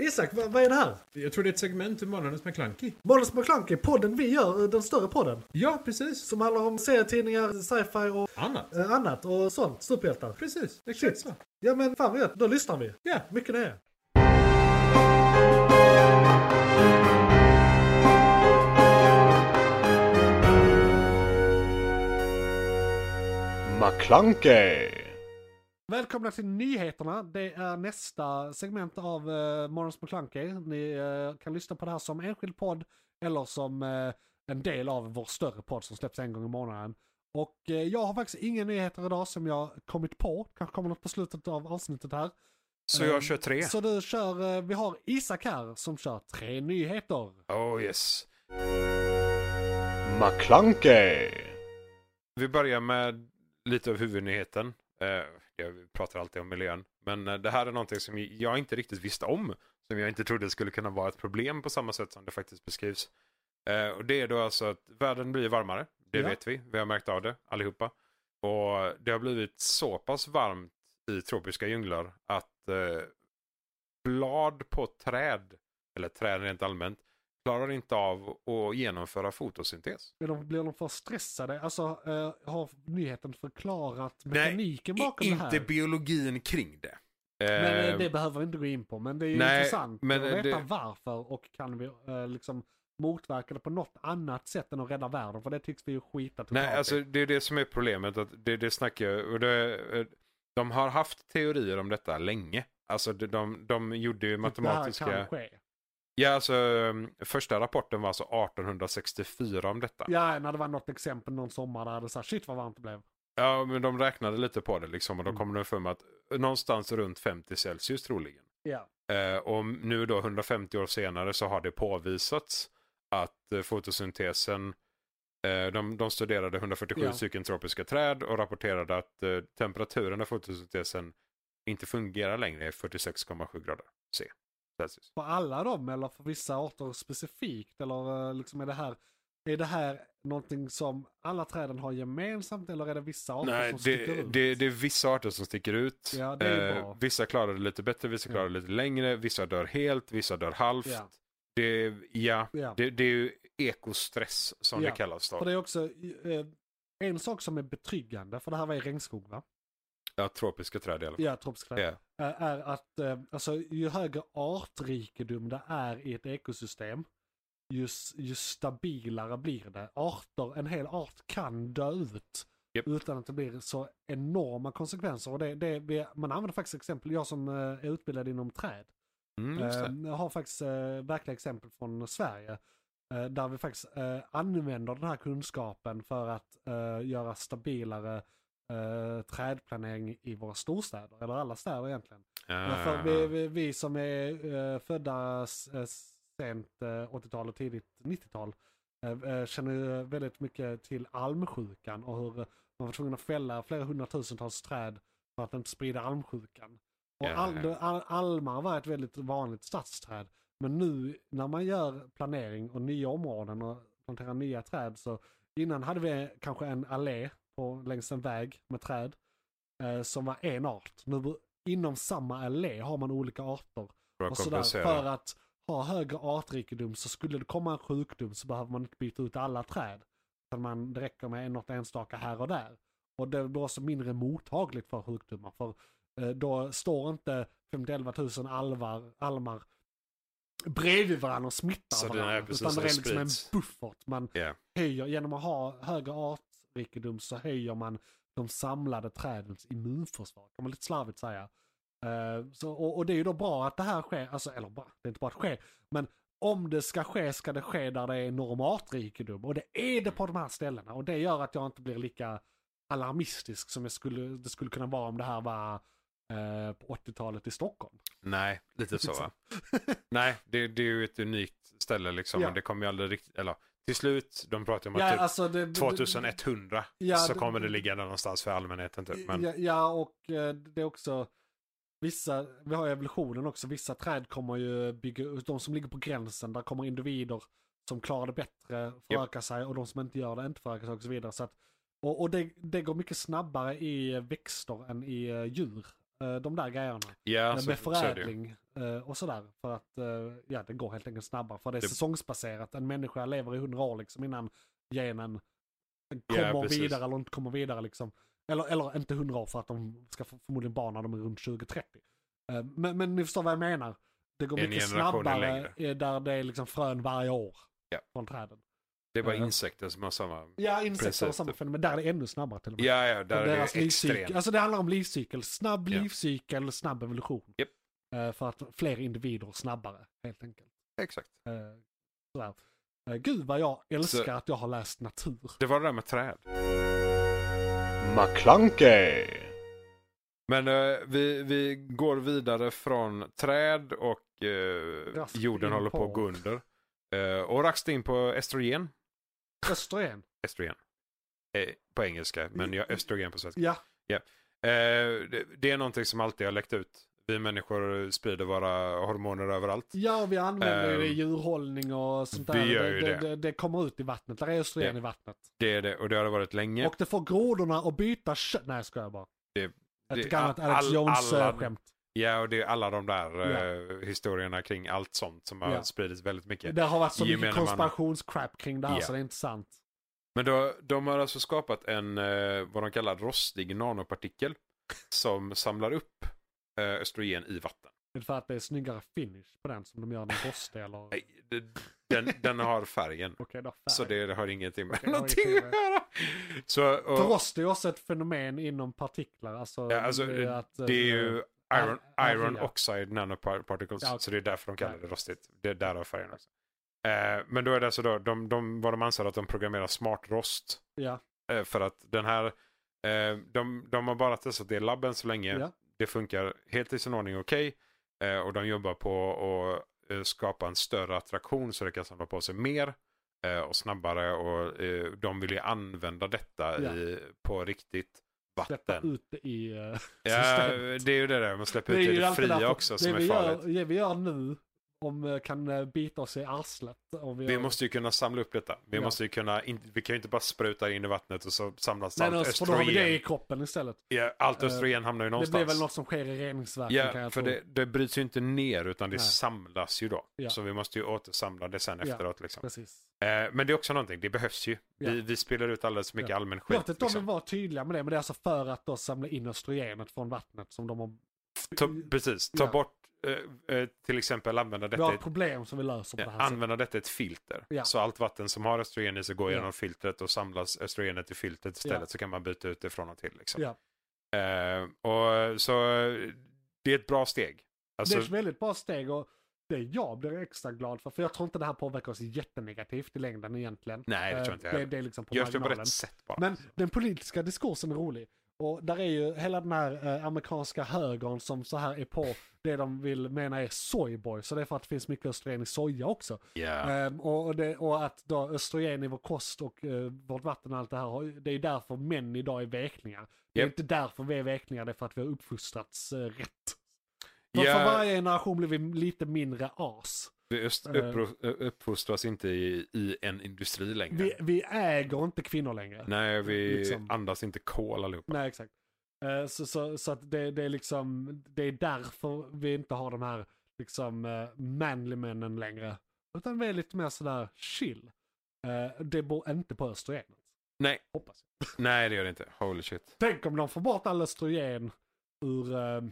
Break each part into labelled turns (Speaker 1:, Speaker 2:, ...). Speaker 1: Isak, vad, vad är det här?
Speaker 2: Jag tror det är ett segment ur Månadens McKlunky.
Speaker 1: Måns McClunky, podden vi gör, eh, den större podden.
Speaker 2: Ja, precis.
Speaker 1: Som handlar om serietidningar, sci-fi och
Speaker 2: Annat.
Speaker 1: eh, annat och sånt. Superhjältar.
Speaker 2: Precis, exakt så.
Speaker 1: Ja men fan vad gött, då lyssnar vi.
Speaker 2: Ja.
Speaker 1: Mycket det är.
Speaker 3: McClunkey!
Speaker 1: Välkomna till nyheterna. Det är nästa segment av uh, Morgons McClunky. Ni eh, kan lyssna på det här som enskild podd eller som eh, en del av vår större podd som släpps en gång i månaden. Och eh, jag har faktiskt inga nyheter idag som jag kommit på. Kanske kommer något på slutet av avsnittet här.
Speaker 3: Så jag kör tre.
Speaker 1: Så du kör, eh, vi har Isak här som kör tre nyheter.
Speaker 3: Oh yes. McClunkey! Vi börjar med lite av huvudnyheten. Eh, Jag pratar alltid om miljön. Men eh, det här är någonting som jag inte riktigt visste om. Som jag inte trodde skulle kunna vara ett problem på samma sätt som det faktiskt beskrivs. Eh, Och det är då alltså att världen blir varmare. Det
Speaker 1: Ja.
Speaker 3: vet vi. Vi har märkt av det allihopa. Och det har blivit så pass varmt i tropiska djunglar att eh, blad på träd, eller träd rent allmänt, klarar inte av att genomföra fotosyntes.
Speaker 1: Blir de, blir de för stressade? Alltså eh, har nyheten förklarat
Speaker 3: Nej,
Speaker 1: mekaniken bakom det här?
Speaker 3: inte biologin kring det.
Speaker 1: Men eh,
Speaker 3: Eh,
Speaker 1: det behöver vi inte gå in på. Men det är ju
Speaker 3: nej,
Speaker 1: intressant
Speaker 3: men,
Speaker 1: att
Speaker 3: eh,
Speaker 1: veta
Speaker 3: det-
Speaker 1: varför och kan vi eh, liksom motverka det på något annat sätt än att rädda världen. För det tycks vi ju skita totalt
Speaker 3: Nej,
Speaker 1: i.
Speaker 3: alltså det är det som är problemet. Att det, det snackar jag, och det, eh, De har haft teorier om detta länge. Alltså de, de, de gjorde ju
Speaker 1: Typ,
Speaker 3: matematiska...
Speaker 1: Det här kan ske.
Speaker 3: Ja, alltså um, första rapporten var alltså 1864 om detta. Ja.
Speaker 1: Ja, när det var något exempel någon sommar där det sa shit vad varmt det blev.
Speaker 3: men de räknade lite på det liksom och då
Speaker 1: Mm.
Speaker 3: kom de fram med att någonstans runt 50 Celsius troligen.
Speaker 1: Ja,
Speaker 3: Eh, och nu då 150 år senare så har det påvisats att eh, fotosyntesen, eh, de, de studerade 147
Speaker 1: Ja.
Speaker 3: stycken tropiska träd och rapporterade att eh, temperaturen av fotosyntesen inte fungerar längre i 46,7 grader C. Celsius.
Speaker 1: för alla dem eller för vissa arter specifikt? Eller eh, liksom är det här, är det här någonting som alla träden har gemensamt eller är det vissa arter
Speaker 3: Nej,
Speaker 1: som sticker
Speaker 3: det,
Speaker 1: ut?
Speaker 3: det, det är vissa arter som sticker ut.
Speaker 1: Ja, det är ju
Speaker 3: Eh,
Speaker 1: bra.
Speaker 3: vissa klarar det lite bättre, vissa
Speaker 1: Ja.
Speaker 3: klarar det lite längre, vissa dör helt, vissa dör halvt.
Speaker 1: Ja.
Speaker 3: Det, ja,
Speaker 1: Ja.
Speaker 3: det, det är ju ekostress som
Speaker 1: Ja,
Speaker 3: det kallas. Då.
Speaker 1: För det är också eh, en sak som är betryggande, för det här var i regnskog va?
Speaker 3: Ja, tropiska träd i alla fall.
Speaker 1: Ja, tropisk träd.
Speaker 3: Ja.
Speaker 1: eh, är att eh, alltså, ju högre artrikedom det är i ett ekosystem, ju, s- ju stabilare blir det. Arter, en hel art kan dö ut
Speaker 3: Japp.
Speaker 1: utan att det blir så enorma konsekvenser. Och det, det, vi- man använder faktiskt exempel, jag som eh, är utbildad inom träd,
Speaker 3: Mm, just det.
Speaker 1: eh, jag har faktiskt eh, verkliga exempel från Sverige. Eh, där vi faktiskt eh, använder den här kunskapen för att eh, göra stabilare eh, trädplanering i våra storstäder, eller alla städer egentligen. Ja,
Speaker 3: Ah,
Speaker 1: för vi, vi, vi som är eh, födda s- eh, sent eh, 80-tal och tidigt 90-tal eh, eh, känner ju väldigt mycket till almsjukan och hur eh, man var tvungen att fälla flera hundratusentals träd för att inte sprida almsjukan. Och
Speaker 3: Ja,
Speaker 1: al,
Speaker 3: ja.
Speaker 1: al, almar var ett väldigt vanligt stadsträd. Men nu när man gör planering och nya områden och planterar nya träd så innan hade vi kanske en allé på, längs en väg med träd eh, som var en art. Nu bo- inom samma allé har man olika arter.
Speaker 3: För
Speaker 1: Och
Speaker 3: att
Speaker 1: sådär,
Speaker 3: kompensera.
Speaker 1: för att ha högre artrikedom så skulle det komma en sjukdom så behöver man inte byta ut alla träd. Utan man, det räcker med något enstaka här och där. Och det blir också mindre mottagligt för sjukdomar. För eh, då står inte 511 000 alvar, almar bredvid varandra och smittar
Speaker 3: Så det är
Speaker 1: varandra.
Speaker 3: precis
Speaker 1: utan det
Speaker 3: som
Speaker 1: är
Speaker 3: det
Speaker 1: liksom en
Speaker 3: sprids.
Speaker 1: buffert. Man
Speaker 3: Ja.
Speaker 1: höjer, genom att ha högre artrikedom så höjer man de samlade trädens immunförsvar. Kan man lite slarvigt säga. Eh, så, och, och det är ju då bra att det här sker, alltså, eller bra, det är inte bara att det sker, men om det ska ske ska det ske där det är enorm artrikedom. Och det är det på de här ställena. Och det gör att jag inte blir lika alarmistisk som jag skulle, det skulle kunna vara om det här var eh, på 80-talet i Stockholm.
Speaker 3: Nej, lite så va?
Speaker 1: Liksom.
Speaker 3: Nej, det, det är ju ett unikt ställe liksom.
Speaker 1: Ja.
Speaker 3: Och det kommer ju aldrig riktigt, eller till slut, de pratar ju om att
Speaker 1: Ja,
Speaker 3: typ
Speaker 1: alltså det,
Speaker 3: 2100
Speaker 1: Ja,
Speaker 3: så
Speaker 1: det-
Speaker 3: kommer det ligga där någonstans för allmänheten typ. Men
Speaker 1: Ja, ja, och eh, det är också vissa, vi har ju evolutionen också, vissa träd kommer ju bygga, de som ligger på gränsen, där kommer individer som klarar det bättre föröka sig och de som inte gör det inte föröka sig och så vidare. Så att, och och det, det går mycket snabbare i växter än i eh, djur, eh, de där grejerna.
Speaker 3: ja,
Speaker 1: Eh,
Speaker 3: så,
Speaker 1: med
Speaker 3: så är det ju.
Speaker 1: förädling eh, och sådär. För att eh, ja, det går helt enkelt snabbare. För det är
Speaker 3: Det-
Speaker 1: säsongsbaserat. En människa lever i hundra år liksom innan genen
Speaker 3: Ja,
Speaker 1: kommer
Speaker 3: precis.
Speaker 1: vidare eller inte kommer vidare liksom. Eller, eller inte hundra år för att de ska få- förmodligen barn när de är runt 20-30. Eh, Men, men ni förstår vad jag menar. Det går
Speaker 3: En
Speaker 1: mycket
Speaker 3: generation är
Speaker 1: snabbare
Speaker 3: längre.
Speaker 1: eh, där det är liksom frön varje år
Speaker 3: Ja.
Speaker 1: från träden.
Speaker 3: Det är bara
Speaker 1: Ja.
Speaker 3: insekter som har samma...
Speaker 1: Ja, insekter och
Speaker 3: Precis.
Speaker 1: samma fenomen. Men där är det ännu snabbare till och med.
Speaker 3: Ja, ja, där
Speaker 1: Och
Speaker 3: är
Speaker 1: deras
Speaker 3: det
Speaker 1: livscykel.
Speaker 3: extremt.
Speaker 1: Alltså det handlar om livscykel. Snabb
Speaker 3: Ja.
Speaker 1: livscykel, snabb evolution.
Speaker 3: Japp.
Speaker 1: Eh, för att fler individer snabbare, helt enkelt.
Speaker 3: Exakt.
Speaker 1: Eh, sådär. Eh, gud vad jag älskar
Speaker 3: Så-
Speaker 1: att jag har läst natur.
Speaker 3: Det var det där med träd.
Speaker 4: McClunkey.
Speaker 3: Men eh, vi, vi går vidare från träd och eh,
Speaker 1: Raskt
Speaker 3: jorden
Speaker 1: in
Speaker 3: håller på att gå
Speaker 1: på-
Speaker 3: under. Eh, och raskt in på östrogen.
Speaker 1: Östrogen.
Speaker 3: Östrogen. Eh, på engelska, men jag östrogen på svenska.
Speaker 1: Ja,
Speaker 3: Eh, det, det är någonting som alltid har läckt ut. Vi människor sprider våra hormoner överallt.
Speaker 1: ja och vi använder ju det i
Speaker 3: Ehm,
Speaker 1: djurhållning och sånt
Speaker 3: vi
Speaker 1: där.
Speaker 3: gör ju
Speaker 1: det,
Speaker 3: det.
Speaker 1: det, det kommer ut i vattnet. Där är östrogen
Speaker 3: Ja.
Speaker 1: i vattnet.
Speaker 3: Det är det, och det har det varit länge.
Speaker 1: Och det får grodorna att byta kö- Nej, jag skojar bara.
Speaker 3: Det- det-
Speaker 1: Ett gammalt
Speaker 3: all-
Speaker 1: Alex eh,
Speaker 3: alla-
Speaker 1: Jones-skämt.
Speaker 3: Ja, och det är alla de där
Speaker 1: Ja.
Speaker 3: eh, historierna kring allt sånt som har
Speaker 1: Ja.
Speaker 3: spridits väldigt mycket.
Speaker 1: Det har varit så
Speaker 3: Gemene
Speaker 1: mycket
Speaker 3: man.
Speaker 1: konspirationscrap kring det här
Speaker 3: Ja.
Speaker 1: så det är inte sant.
Speaker 3: Men då, de har alltså skapat en, eh, vad de kallar rostig nanopartikel som samlar upp eh, östrogen i vatten.
Speaker 1: Det är för att det är snyggare finish på den som de gör med rost eller... Okej,
Speaker 3: Nej, det, den, den har färgen.
Speaker 1: då. färg.
Speaker 3: Så det har ingenting med
Speaker 1: Okej, det har
Speaker 3: någonting
Speaker 1: ingenting
Speaker 3: att göra. Så, och,
Speaker 1: För rost är ju också ett fenomen inom partiklar. Alltså,
Speaker 3: ja, alltså,
Speaker 1: det är att, eh,
Speaker 3: det är ju iron,
Speaker 1: ar-
Speaker 3: iron
Speaker 1: arga.
Speaker 3: oxide nanoparticles.
Speaker 1: Ja, okej.
Speaker 3: Så det är därför de kallar det
Speaker 1: Nej.
Speaker 3: rostigt. Det är därav färgen också. Eh, men då är det alltså då, de, de, vad de anser att de programmerar smart rost.
Speaker 1: Ja,
Speaker 3: Eh, För att den här, eh, de, de har bara testat det i labben så länge.
Speaker 1: Ja.
Speaker 3: Det funkar helt i sin ordning okej. Eh, Och de jobbar på att eh, skapa en större attraktion så det kan samla på sig mer eh, och snabbare. Och eh, de vill ju använda detta
Speaker 1: Ja.
Speaker 3: i, på riktigt
Speaker 1: släppa
Speaker 3: vatten.
Speaker 1: ut det i... eh,
Speaker 3: Ja,
Speaker 1: systemet.
Speaker 3: det är ju det där, man släpper ut det i det
Speaker 1: allt
Speaker 3: fria
Speaker 1: därför-
Speaker 3: också som
Speaker 1: det
Speaker 3: är
Speaker 1: vi
Speaker 3: farligt.
Speaker 1: Gör, det vi gör nu, om eh, kan eh, bita oss i arslet. Om vi
Speaker 3: Vi
Speaker 1: gör-
Speaker 3: måste ju kunna samla upp detta. Vi,
Speaker 1: Ja.
Speaker 3: måste ju kunna, in, vi kan ju inte bara spruta in i vattnet och så samlas
Speaker 1: Nej,
Speaker 3: allt
Speaker 1: nej, för då har vi det i
Speaker 3: östrogen.
Speaker 1: kroppen istället.
Speaker 3: Ja, allt
Speaker 1: Eh,
Speaker 3: östrogen hamnar ju någonstans.
Speaker 1: Det blir väl något som sker i reningsverken kan
Speaker 3: Ja,
Speaker 1: jag
Speaker 3: för
Speaker 1: tro.
Speaker 3: det, det bryts ju inte ner utan det
Speaker 1: Nej.
Speaker 3: samlas ju då.
Speaker 1: Ja.
Speaker 3: Så vi måste ju återsamla det sen
Speaker 1: Ja.
Speaker 3: efteråt. Liksom.
Speaker 1: Precis.
Speaker 3: Eh, men det är också någonting, det behövs ju.
Speaker 1: Ja.
Speaker 3: Vi, vi spelar ut alldeles för mycket
Speaker 1: Ja.
Speaker 3: allmän
Speaker 1: Jag vet
Speaker 3: skit.
Speaker 1: inte om de
Speaker 3: Liksom.
Speaker 1: vill vara tydliga med det, men det är alltså för att då samla in östrogenet från vattnet som de har...
Speaker 3: Ta, precis, ta
Speaker 1: Ja.
Speaker 3: bort, eh, eh, till exempel använda
Speaker 1: Vi
Speaker 3: detta,
Speaker 1: har
Speaker 3: i
Speaker 1: ett problem som vi löser på
Speaker 3: ja,
Speaker 1: det här sättet.
Speaker 3: använda Eh, detta i ett filter.
Speaker 1: Ja.
Speaker 3: Så allt vatten som har östrogen i sig går
Speaker 1: Ja.
Speaker 3: genom filtret och samlas östrogenet i filtret istället
Speaker 1: Ja.
Speaker 3: så kan man byta ut det från och till. Liksom.
Speaker 1: Ja.
Speaker 3: Eh, och, så eh, det är ett bra steg. Alltså,
Speaker 1: Det är ett väldigt bra steg och det jag blir extra glad för, för jag tror inte det här påverkar oss jättenegativt i längden egentligen.
Speaker 3: Nej, det tror
Speaker 1: Eh,
Speaker 3: inte jag
Speaker 1: det,
Speaker 3: heller.
Speaker 1: det är liksom på
Speaker 3: görs det på
Speaker 1: marginalen.
Speaker 3: rätt sätt bara.
Speaker 1: Men den politiska diskursen är rolig. Och där är ju hela den här eh, amerikanska högern som så här är på det de vill mena är soyboy. Så det är för att det finns mycket östrogen i soja också.
Speaker 3: Ja.
Speaker 1: Ehm, och, och, det, och att då östrogen i vår kost och eh, vårt vatten och allt det här, har- det är därför män idag är vekningar. Det är
Speaker 3: Japp.
Speaker 1: inte därför vi är vekningar, det är för att vi har uppfostrats eh, rätt. För,
Speaker 3: Ja.
Speaker 1: för varje generation blir vi lite mindre as.
Speaker 3: Vi öst,
Speaker 1: Eh.
Speaker 3: uppro- uppfostras inte i, i en industri längre.
Speaker 1: Vi, vi äger inte kvinnor längre.
Speaker 3: Nej, vi
Speaker 1: liksom-
Speaker 3: andas inte kol allihopa.
Speaker 1: Nej, exakt. Eh, Så, så, så att det, det är liksom, det är därför vi inte har de här liksom eh, manly männen längre. Utan vi är lite mer sådär chill. Eh, Det beror inte på östrogenet.
Speaker 3: Nej.
Speaker 1: Hoppas jag.
Speaker 3: Nej, det gör det inte. Holy shit.
Speaker 1: Tänk om de får bort all östrogen ur eh, eh,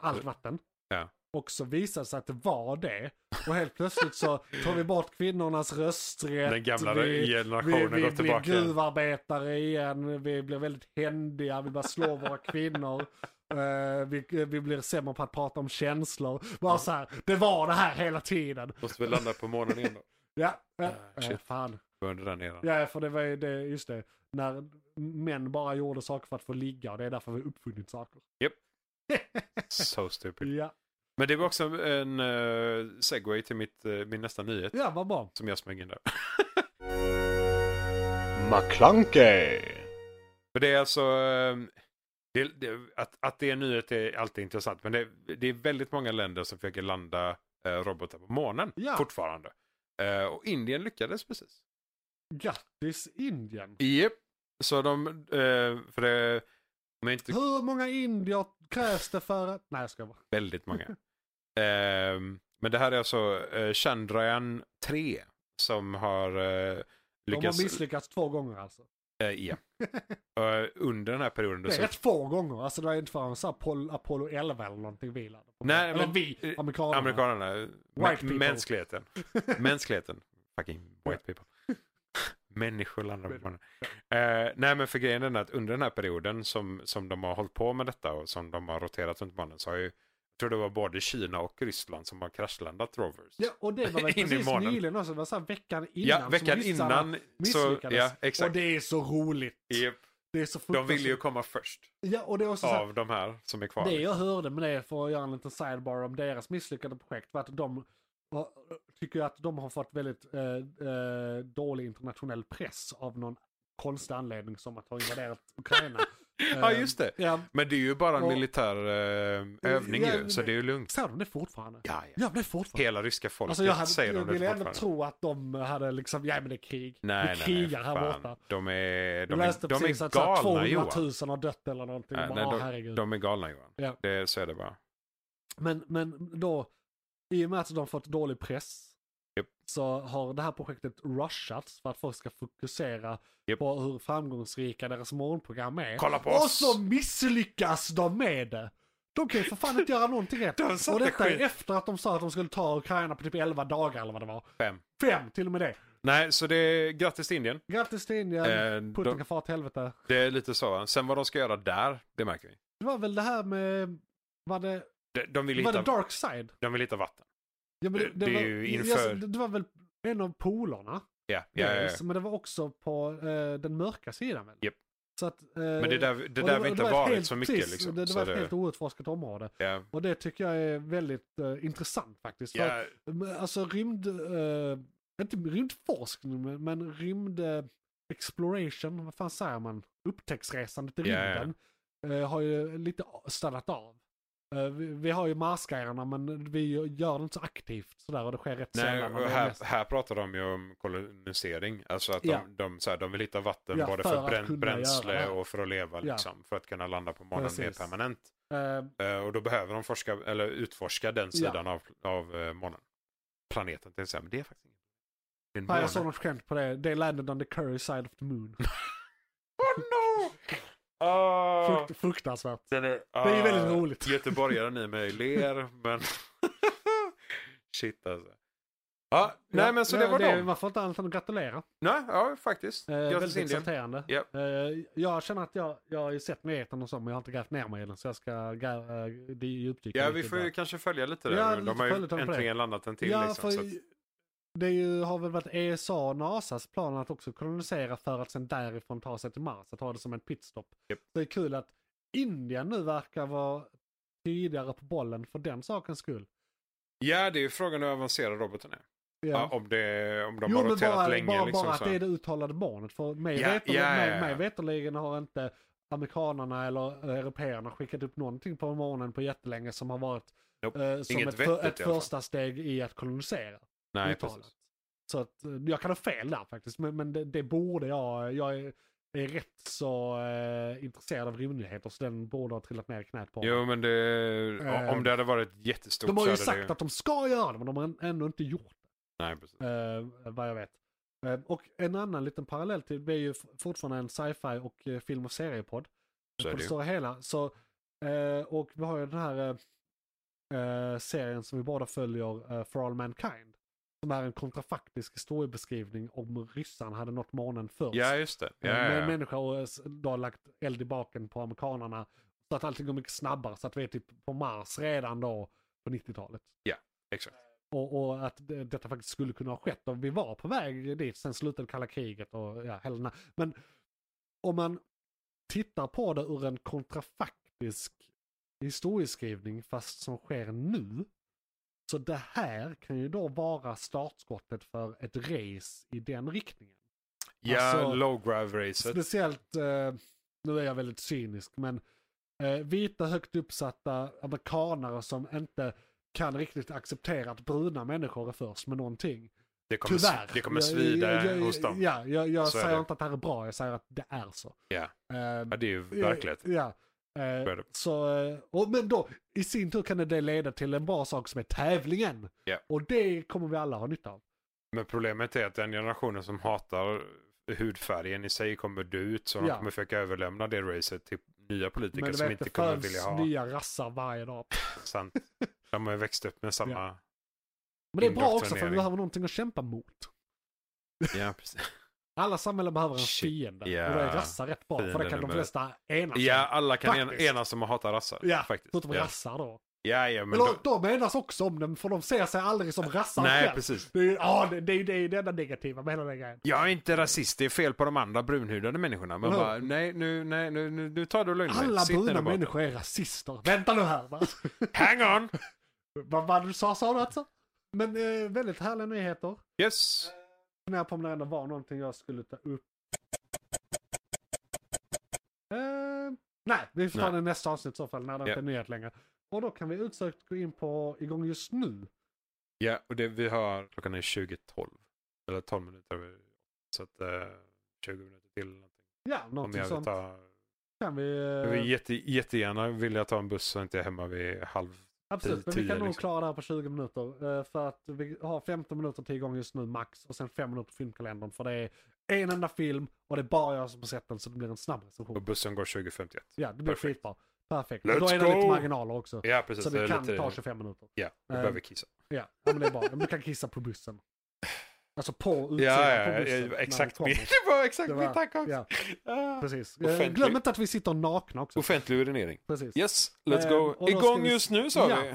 Speaker 1: allt vatten.
Speaker 3: Ja.
Speaker 1: Och så visar det sig att det var det. Och helt plötsligt så tar vi bort kvinnornas rösträtt.
Speaker 3: Den gamla
Speaker 1: vi, vi,
Speaker 3: generationen
Speaker 1: vi
Speaker 3: går
Speaker 1: blir
Speaker 3: tillbaka.
Speaker 1: gruvarbetare igen, vi blir väldigt händiga, vi bara slår våra kvinnor. Eh, vi, vi blir sämre på att prata om känslor. Bara så här, det var det här hela tiden.
Speaker 3: Måste vi landa på månen igen då?
Speaker 1: Ja, eh,
Speaker 3: Ah,
Speaker 1: eh,
Speaker 3: shit.
Speaker 1: fan.
Speaker 3: Var Under den eran.
Speaker 1: Ja, för det var ju det, just det. När män bara gjorde saker för att få ligga och det är därför vi har uppfunnit saker.
Speaker 3: So stupid.
Speaker 1: Ja,
Speaker 3: Men det var också en eh, segway till mitt, eh, min nästa nyhet
Speaker 1: ja vad bra.
Speaker 3: som jag smög in där.
Speaker 4: McClunkey.
Speaker 3: För det är alltså... eh, Det, det, att, att det är en nyhet är alltid intressant. Men det, det är väldigt många länder som försöker landa eh, robotar på månen
Speaker 1: Ja.
Speaker 3: fortfarande. Eh, och Indien lyckades precis.
Speaker 1: Grattis Indien.
Speaker 3: Japp. Så de... Eh, för det... Men inte
Speaker 1: Hur många indier krävs det för att... Nej, jag ska bara.
Speaker 3: väldigt många. Ehm, men det här är alltså eh, Chandrayaan 3 som har eh,
Speaker 1: De har
Speaker 3: lyckats...
Speaker 1: misslyckats två gånger alltså.
Speaker 3: eh, ja. Eh, under den här perioden. då
Speaker 1: Det
Speaker 3: så-
Speaker 1: är två gånger. Alltså det var inte förrän så här Pol- Apollo 11 eller någonting vi laddade på.
Speaker 3: Nej,
Speaker 1: eller
Speaker 3: men-
Speaker 1: vi,
Speaker 3: eh,
Speaker 1: amerikanerna.
Speaker 3: Amerikanerna.
Speaker 1: White
Speaker 3: mä-
Speaker 1: people.
Speaker 3: mänskligheten. mänskligheten. Fucking white people. Människor landar på den. Eh, nej men för grejen är den att under den här perioden som, som de har hållit på med detta och som de har roterat runt banan så har ju, jag tror det var både Kina och Ryssland som har kraschlandat Rovers.
Speaker 1: Ja, och det var väl
Speaker 3: In i
Speaker 1: precis
Speaker 3: månen.
Speaker 1: nyligen också. Det var så här veckan innan.
Speaker 3: ja
Speaker 1: som
Speaker 3: veckan
Speaker 1: ryssarna
Speaker 3: innan. Så,
Speaker 1: misslyckades.
Speaker 3: ja, exakt.
Speaker 1: Och det är så roligt.
Speaker 3: Japp.
Speaker 1: Det är så
Speaker 3: De
Speaker 1: fruktansvärt.
Speaker 3: vill ju komma först
Speaker 1: Ja, och det är också så här,
Speaker 3: av de här som är kvar.
Speaker 1: Det jag
Speaker 3: liksom.
Speaker 1: hörde med det, för att göra en liten sidebar om deras misslyckade projekt, var att de har- tycker att de har fått väldigt eh, eh, dålig internationell press av någon konstig anledning som att ha invaderat Ukraina.
Speaker 3: Ja, just det.
Speaker 1: Ja,
Speaker 3: Men det är ju bara en
Speaker 1: eh, Och-
Speaker 3: militär eh, övning
Speaker 1: Ja,
Speaker 3: ju, så
Speaker 1: men-
Speaker 3: det är ju lugnt.
Speaker 1: säger de det fortfarande?
Speaker 3: Ja, ja.
Speaker 1: Ja, det är fortfarande.
Speaker 3: Hela ryska folket
Speaker 1: Alltså jag, hade,
Speaker 3: säger
Speaker 1: jag
Speaker 3: de
Speaker 1: ville
Speaker 3: det
Speaker 1: ändå
Speaker 3: fortfarande.
Speaker 1: tro att de hade liksom, ja men det är krig.
Speaker 3: Nej,
Speaker 1: det
Speaker 3: nej,
Speaker 1: krigar
Speaker 3: nej. för
Speaker 1: här
Speaker 3: fan.
Speaker 1: borta.
Speaker 3: De är,
Speaker 1: Jag
Speaker 3: de
Speaker 1: läste
Speaker 3: är, de
Speaker 1: precis
Speaker 3: är
Speaker 1: att så här
Speaker 3: galna
Speaker 1: 200 000
Speaker 3: Johan.
Speaker 1: har dött eller någonting.
Speaker 3: Nej,
Speaker 1: Bara,
Speaker 3: nej,
Speaker 1: ah,
Speaker 3: de-
Speaker 1: herregud.
Speaker 3: De är galna Johan.
Speaker 1: Ja.
Speaker 3: Det, så är det bara.
Speaker 1: Men, men då, i och med att de fått dålig press
Speaker 3: Japp.
Speaker 1: så har det här projektet rushats för att folk ska fokusera
Speaker 3: Japp.
Speaker 1: på hur framgångsrika deras morgonprogram är.
Speaker 3: Kolla på
Speaker 1: Och
Speaker 3: oss!
Speaker 1: så misslyckas de med det! De kan ju för fan inte göra någonting rätt.
Speaker 3: De satte
Speaker 1: Och detta är
Speaker 3: skit.
Speaker 1: efter att de sa att de skulle ta Ukraina på typ 11 dagar eller vad det var.
Speaker 3: Fem.
Speaker 1: Fem, till och med det.
Speaker 3: Nej, så det är grattis till Indien.
Speaker 1: Grattis till Indien,
Speaker 3: Eh,
Speaker 1: Putin
Speaker 3: de-
Speaker 1: kan fara till helvete.
Speaker 3: Det är lite så. va? Sen vad de ska göra där, det märker vi.
Speaker 1: Det var väl det här med, var det,
Speaker 3: De, de, vill,
Speaker 1: var det
Speaker 3: hitta,
Speaker 1: dark side?
Speaker 3: de vill hitta vatten.
Speaker 1: Ja, men
Speaker 3: Det- det är
Speaker 1: var,
Speaker 3: ju
Speaker 1: ja,
Speaker 3: inför-
Speaker 1: det- det var väl en av polarna?
Speaker 3: Ja, ja, ja, ja.
Speaker 1: Dels, Eh, men det var också på eh, den mörka sidan väl?
Speaker 3: Japp.
Speaker 1: Så att, eh,
Speaker 3: Men det där, det där vi inte har varit så mycket liksom.
Speaker 1: Det, det
Speaker 3: så
Speaker 1: var ett
Speaker 3: det,
Speaker 1: helt outforskat område.
Speaker 3: ja,
Speaker 1: Och det tycker jag är väldigt eh, intressant faktiskt. För
Speaker 3: ja,
Speaker 1: att, eh, alltså rymd, eh, inte rymdforskning, men, men rymd eh, exploration, vad fan säger man? Upptäcktsresandet i
Speaker 3: Ja, ja.
Speaker 1: rymden eh, har ju lite stannat av. Eh, vi, vi har ju marsgrejerna men vi gör det inte så aktivt sådär och det sker rätt
Speaker 3: Nej,
Speaker 1: sällan. och
Speaker 3: och
Speaker 1: det är
Speaker 3: här,
Speaker 1: mest-
Speaker 3: här pratar de ju om kolonisering. Alltså att de,
Speaker 1: Ja.
Speaker 3: de, så här, de vill hitta vatten
Speaker 1: Ja,
Speaker 3: både
Speaker 1: för
Speaker 3: för,
Speaker 1: att
Speaker 3: brän,
Speaker 1: kunna göra det.
Speaker 3: bränsle och för att leva.
Speaker 1: Ja.
Speaker 3: Liksom, För att kunna landa på månen mer
Speaker 1: Precis.
Speaker 3: permanent.
Speaker 1: eh,
Speaker 3: Eh, Och då behöver de forska, eller utforska den sidan av, av eh, månen. Planeten till exempel. Det är faktiskt ingen. Det är en
Speaker 1: Fan, jag såg
Speaker 3: måne.
Speaker 1: något skämt på det. They landed on the curry side of the moon.
Speaker 3: Oh no! Ah,
Speaker 1: Frukt, fruktansvärt.
Speaker 3: den är,
Speaker 1: Det är ju väldigt
Speaker 3: ah,
Speaker 1: roligt.
Speaker 3: Göteborgaren i mig ler, men... Shit alltså. Ja, nej men så det var
Speaker 1: det,
Speaker 3: dem.
Speaker 1: Man får inte annat än att gratulera.
Speaker 3: Nej, ja faktiskt.
Speaker 1: Eh,
Speaker 3: Grattis
Speaker 1: väldigt
Speaker 3: Indien.
Speaker 1: exalterande.
Speaker 3: Ja.
Speaker 1: Eh, jag känner att jag, jag har ju sett nyheten och så, men jag har inte grävt ner mig i den. Så jag ska gä- eh, det är djupdyka
Speaker 3: Ja,
Speaker 1: lite
Speaker 3: vi får ju
Speaker 1: där.
Speaker 3: kanske följa lite det.
Speaker 1: Ja,
Speaker 3: nu.
Speaker 1: lite
Speaker 3: De har ju
Speaker 1: följa dem på det.
Speaker 3: äntligen landat en till.
Speaker 1: ja,
Speaker 3: liksom,
Speaker 1: för
Speaker 3: så att,
Speaker 1: Det är ju, har väl varit ESA och NASAs plan att också kolonisera för att sen därifrån ta sig till Mars. Att ha det som en pitstop.
Speaker 3: Japp.
Speaker 1: Det är kul att Indien nu verkar vara tidigare på bollen för den sakens skull.
Speaker 3: ja, det är ju frågan hur avancerad roboten är.
Speaker 1: Ja.
Speaker 3: Ja. Om, det, om de
Speaker 1: jo,
Speaker 3: har
Speaker 1: men
Speaker 3: roterat
Speaker 1: bara,
Speaker 3: länge.
Speaker 1: bara,
Speaker 3: liksom,
Speaker 1: bara
Speaker 3: så.
Speaker 1: att det är det uttalade barnet. För mig
Speaker 3: Ja,
Speaker 1: veterligen
Speaker 3: ja, ja,
Speaker 1: mig-
Speaker 3: ja.
Speaker 1: mig veterligen har inte amerikanerna eller eh, européerna skickat upp någonting på morgonen på jättelänge som har varit
Speaker 3: Nope.
Speaker 1: eh, som
Speaker 3: Inget
Speaker 1: ett, för,
Speaker 3: vettigt i
Speaker 1: ett
Speaker 3: alla fall.
Speaker 1: första steg i att kolonisera
Speaker 3: Nej,
Speaker 1: uttalet.
Speaker 3: precis.
Speaker 1: Så att, eh, jag kan ha fel där faktiskt, men, men det, det borde jag. Jag är, är rätt så eh, intresserad av rymdnyheter så den borde ha trillat ner i knät på
Speaker 3: Jo,
Speaker 1: mig.
Speaker 3: men det,
Speaker 1: Eh,
Speaker 3: om det hade varit jättestort
Speaker 1: De har ju
Speaker 3: så hade
Speaker 1: sagt
Speaker 3: det
Speaker 1: att de ska göra det, men de har än- ännu inte gjort det.
Speaker 3: Nej, precis.
Speaker 1: Eh, vad jag vet. Eh, och en annan liten parallell till, det är ju f- fortfarande en sci-fi och eh, film och seriepodd.
Speaker 3: Så är
Speaker 1: på
Speaker 3: det
Speaker 1: det
Speaker 3: ju.
Speaker 1: stora hela. Så, eh, och vi har ju den här eh, eh, serien som vi båda följer, eh, For All Mankind. Som är en kontrafaktisk historiebeskrivning om ryssarna hade nått månen först.
Speaker 3: Ja, just det. Ja,
Speaker 1: Eh,
Speaker 3: ja,
Speaker 1: Med
Speaker 3: ja.
Speaker 1: människa och eh, s- då har lagt eld i baken på amerikanerna. Så att allting går mycket snabbare. Så att vi är typ på Mars redan då på 90-talet.
Speaker 3: Exakt.
Speaker 1: Och, och att det, detta faktiskt skulle kunna ha skett. Och vi var på väg dit, sen slutade kalla kriget och ja, hela den här. Men om man tittar på det ur en kontrafaktisk historieskrivning fast som sker nu. Så det här kan ju då vara startskottet för ett race i den riktningen.
Speaker 3: Ja,
Speaker 1: Alltså,
Speaker 3: low grav racet.
Speaker 1: Speciellt, eh, nu är jag väldigt cynisk, men eh, vita högt uppsatta amerikanare som inte kan riktigt acceptera att bruna människor är först med någonting.
Speaker 3: Det kommer,
Speaker 1: Tyvärr.
Speaker 3: det kommer
Speaker 1: Jag-
Speaker 3: svida
Speaker 1: jag- jag-
Speaker 3: hos dem. Ja.
Speaker 1: Ja, jag, jag
Speaker 3: Så är
Speaker 1: säger
Speaker 3: det.
Speaker 1: inte att det här är bra, jag säger att det är så.
Speaker 3: Ja.
Speaker 1: Eh,
Speaker 3: det är ju verkligheten.
Speaker 1: Ja. Eh,
Speaker 3: är det.
Speaker 1: så, eh, och, men då i sin tur kan det leda till en bra sak som är tävlingen.
Speaker 3: Ja.
Speaker 1: Och det kommer vi alla ha nytta av.
Speaker 3: Men problemet är att den generationen som hatar hudfärgen i sig kommer dö ut. Så
Speaker 1: Ja.
Speaker 3: de kommer försöka överlämna det racet till nya politiker
Speaker 1: Men du
Speaker 3: som
Speaker 1: vet,
Speaker 3: inte
Speaker 1: det
Speaker 3: kommer
Speaker 1: föds
Speaker 3: vilja ha.
Speaker 1: nya rassar varje dag.
Speaker 3: Sant. De har ju växt upp med samma... Ja,
Speaker 1: Men det är bra också för vi
Speaker 3: Indoktrinering.
Speaker 1: behöver någonting att kämpa mot.
Speaker 3: precis.
Speaker 1: Alla samhällen behöver en
Speaker 3: Shit,
Speaker 1: fiende.
Speaker 3: ja.
Speaker 1: Och då är rassar rätt bra, för det
Speaker 3: Fienden
Speaker 1: kan de
Speaker 3: nummer-
Speaker 1: flesta enas om.
Speaker 3: ja alla kan en,
Speaker 1: Faktiskt.
Speaker 3: enas om att hata rassar.
Speaker 1: Ja,
Speaker 3: faktiskt.
Speaker 1: Förutom
Speaker 3: ja.
Speaker 1: rassar då.
Speaker 3: ja, ja, men
Speaker 1: Eller
Speaker 3: då,
Speaker 1: de enas också om dem, för de ser sig aldrig som rassar
Speaker 3: Nej,
Speaker 1: själv.
Speaker 3: precis.
Speaker 1: Det är ju ah, det, det, är ju- det, är ju det enda negativa med hela den grejen.
Speaker 3: Jag är inte rasist, det är fel på de andra brunhudade människorna. Men
Speaker 1: Eller hur?
Speaker 3: bara, nej, nu, nej, nu, nu, nu tar du och lugnar
Speaker 1: Alla
Speaker 3: dig. Sitt ner
Speaker 1: bruna
Speaker 3: där borta.
Speaker 1: människor är rasister. Vänta nu här. Va?
Speaker 3: Hang on!
Speaker 1: vad vad du sa, sa du alltså? Men eh, väldigt härliga nyheter.
Speaker 3: Yes!
Speaker 1: funderar på om det ändå var någonting jag skulle ta upp. Eh, nej, vi får ta
Speaker 3: Nej.
Speaker 1: det i nästa avsnitt i så fall när det
Speaker 3: Ja.
Speaker 1: inte är nyhet längre. Och då kan vi utsökt gå in på igång just nu.
Speaker 3: Ja, och det vi har, klockan är 20.12. Eller 12 minuter över. Så att eh, 20 minuter till. eller någonting.
Speaker 1: Ja,
Speaker 3: Om
Speaker 1: någonting
Speaker 3: jag vill
Speaker 1: sånt.
Speaker 3: ta,
Speaker 1: Kan vi,
Speaker 3: jag
Speaker 1: eh,
Speaker 3: vill jätte, jättegärna vilja ta en buss så inte jag är hemma vid halv.
Speaker 1: absolut, men vi
Speaker 3: tio,
Speaker 1: kan nog
Speaker 3: liksom.
Speaker 1: klara det här på 20 minuter. eh, för att vi har 15 minuter till igång just nu max och sen 5 minuter på filmkalendern. För det är en enda film och det är bara jag som har sett den så det blir en snabb
Speaker 3: Och
Speaker 1: recension.
Speaker 3: bussen går 20.51.
Speaker 1: Ja, det blir
Speaker 3: perfekt.
Speaker 1: skitbra. Perfekt.
Speaker 3: Let's
Speaker 1: Då är det lite
Speaker 3: go!
Speaker 1: marginaler också.
Speaker 3: Ja, precis.
Speaker 1: Så
Speaker 3: det
Speaker 1: det
Speaker 3: är
Speaker 1: kan
Speaker 3: lite-
Speaker 1: ta 25 minuter.
Speaker 3: Ja, vi
Speaker 1: Eh,
Speaker 3: behöver kissa.
Speaker 1: Ja, ja, men det är bra. Men Du kan kissa på bussen. Alltså på utsidan
Speaker 3: Ja,
Speaker 1: på
Speaker 3: ja,
Speaker 1: bussen.
Speaker 3: ja,
Speaker 1: när
Speaker 3: exakt.
Speaker 1: du kommer.
Speaker 3: min- Det var exakt
Speaker 1: Det
Speaker 3: min
Speaker 1: var-
Speaker 3: tanke också.
Speaker 1: ja.
Speaker 3: Ah.
Speaker 1: Precis.
Speaker 3: Offentlig.
Speaker 1: Eh, Glöm inte att vi sitter nakna också.
Speaker 3: Offentlig urinering.
Speaker 1: Precis.
Speaker 3: Yes,
Speaker 1: Eh,
Speaker 3: let's
Speaker 1: och då
Speaker 3: go.
Speaker 1: ska
Speaker 3: Igång
Speaker 1: vi-
Speaker 3: just nu sa
Speaker 1: Ja.
Speaker 3: vi.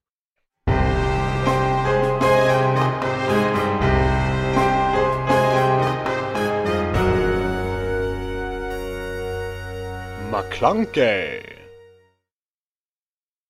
Speaker 4: McClunkey!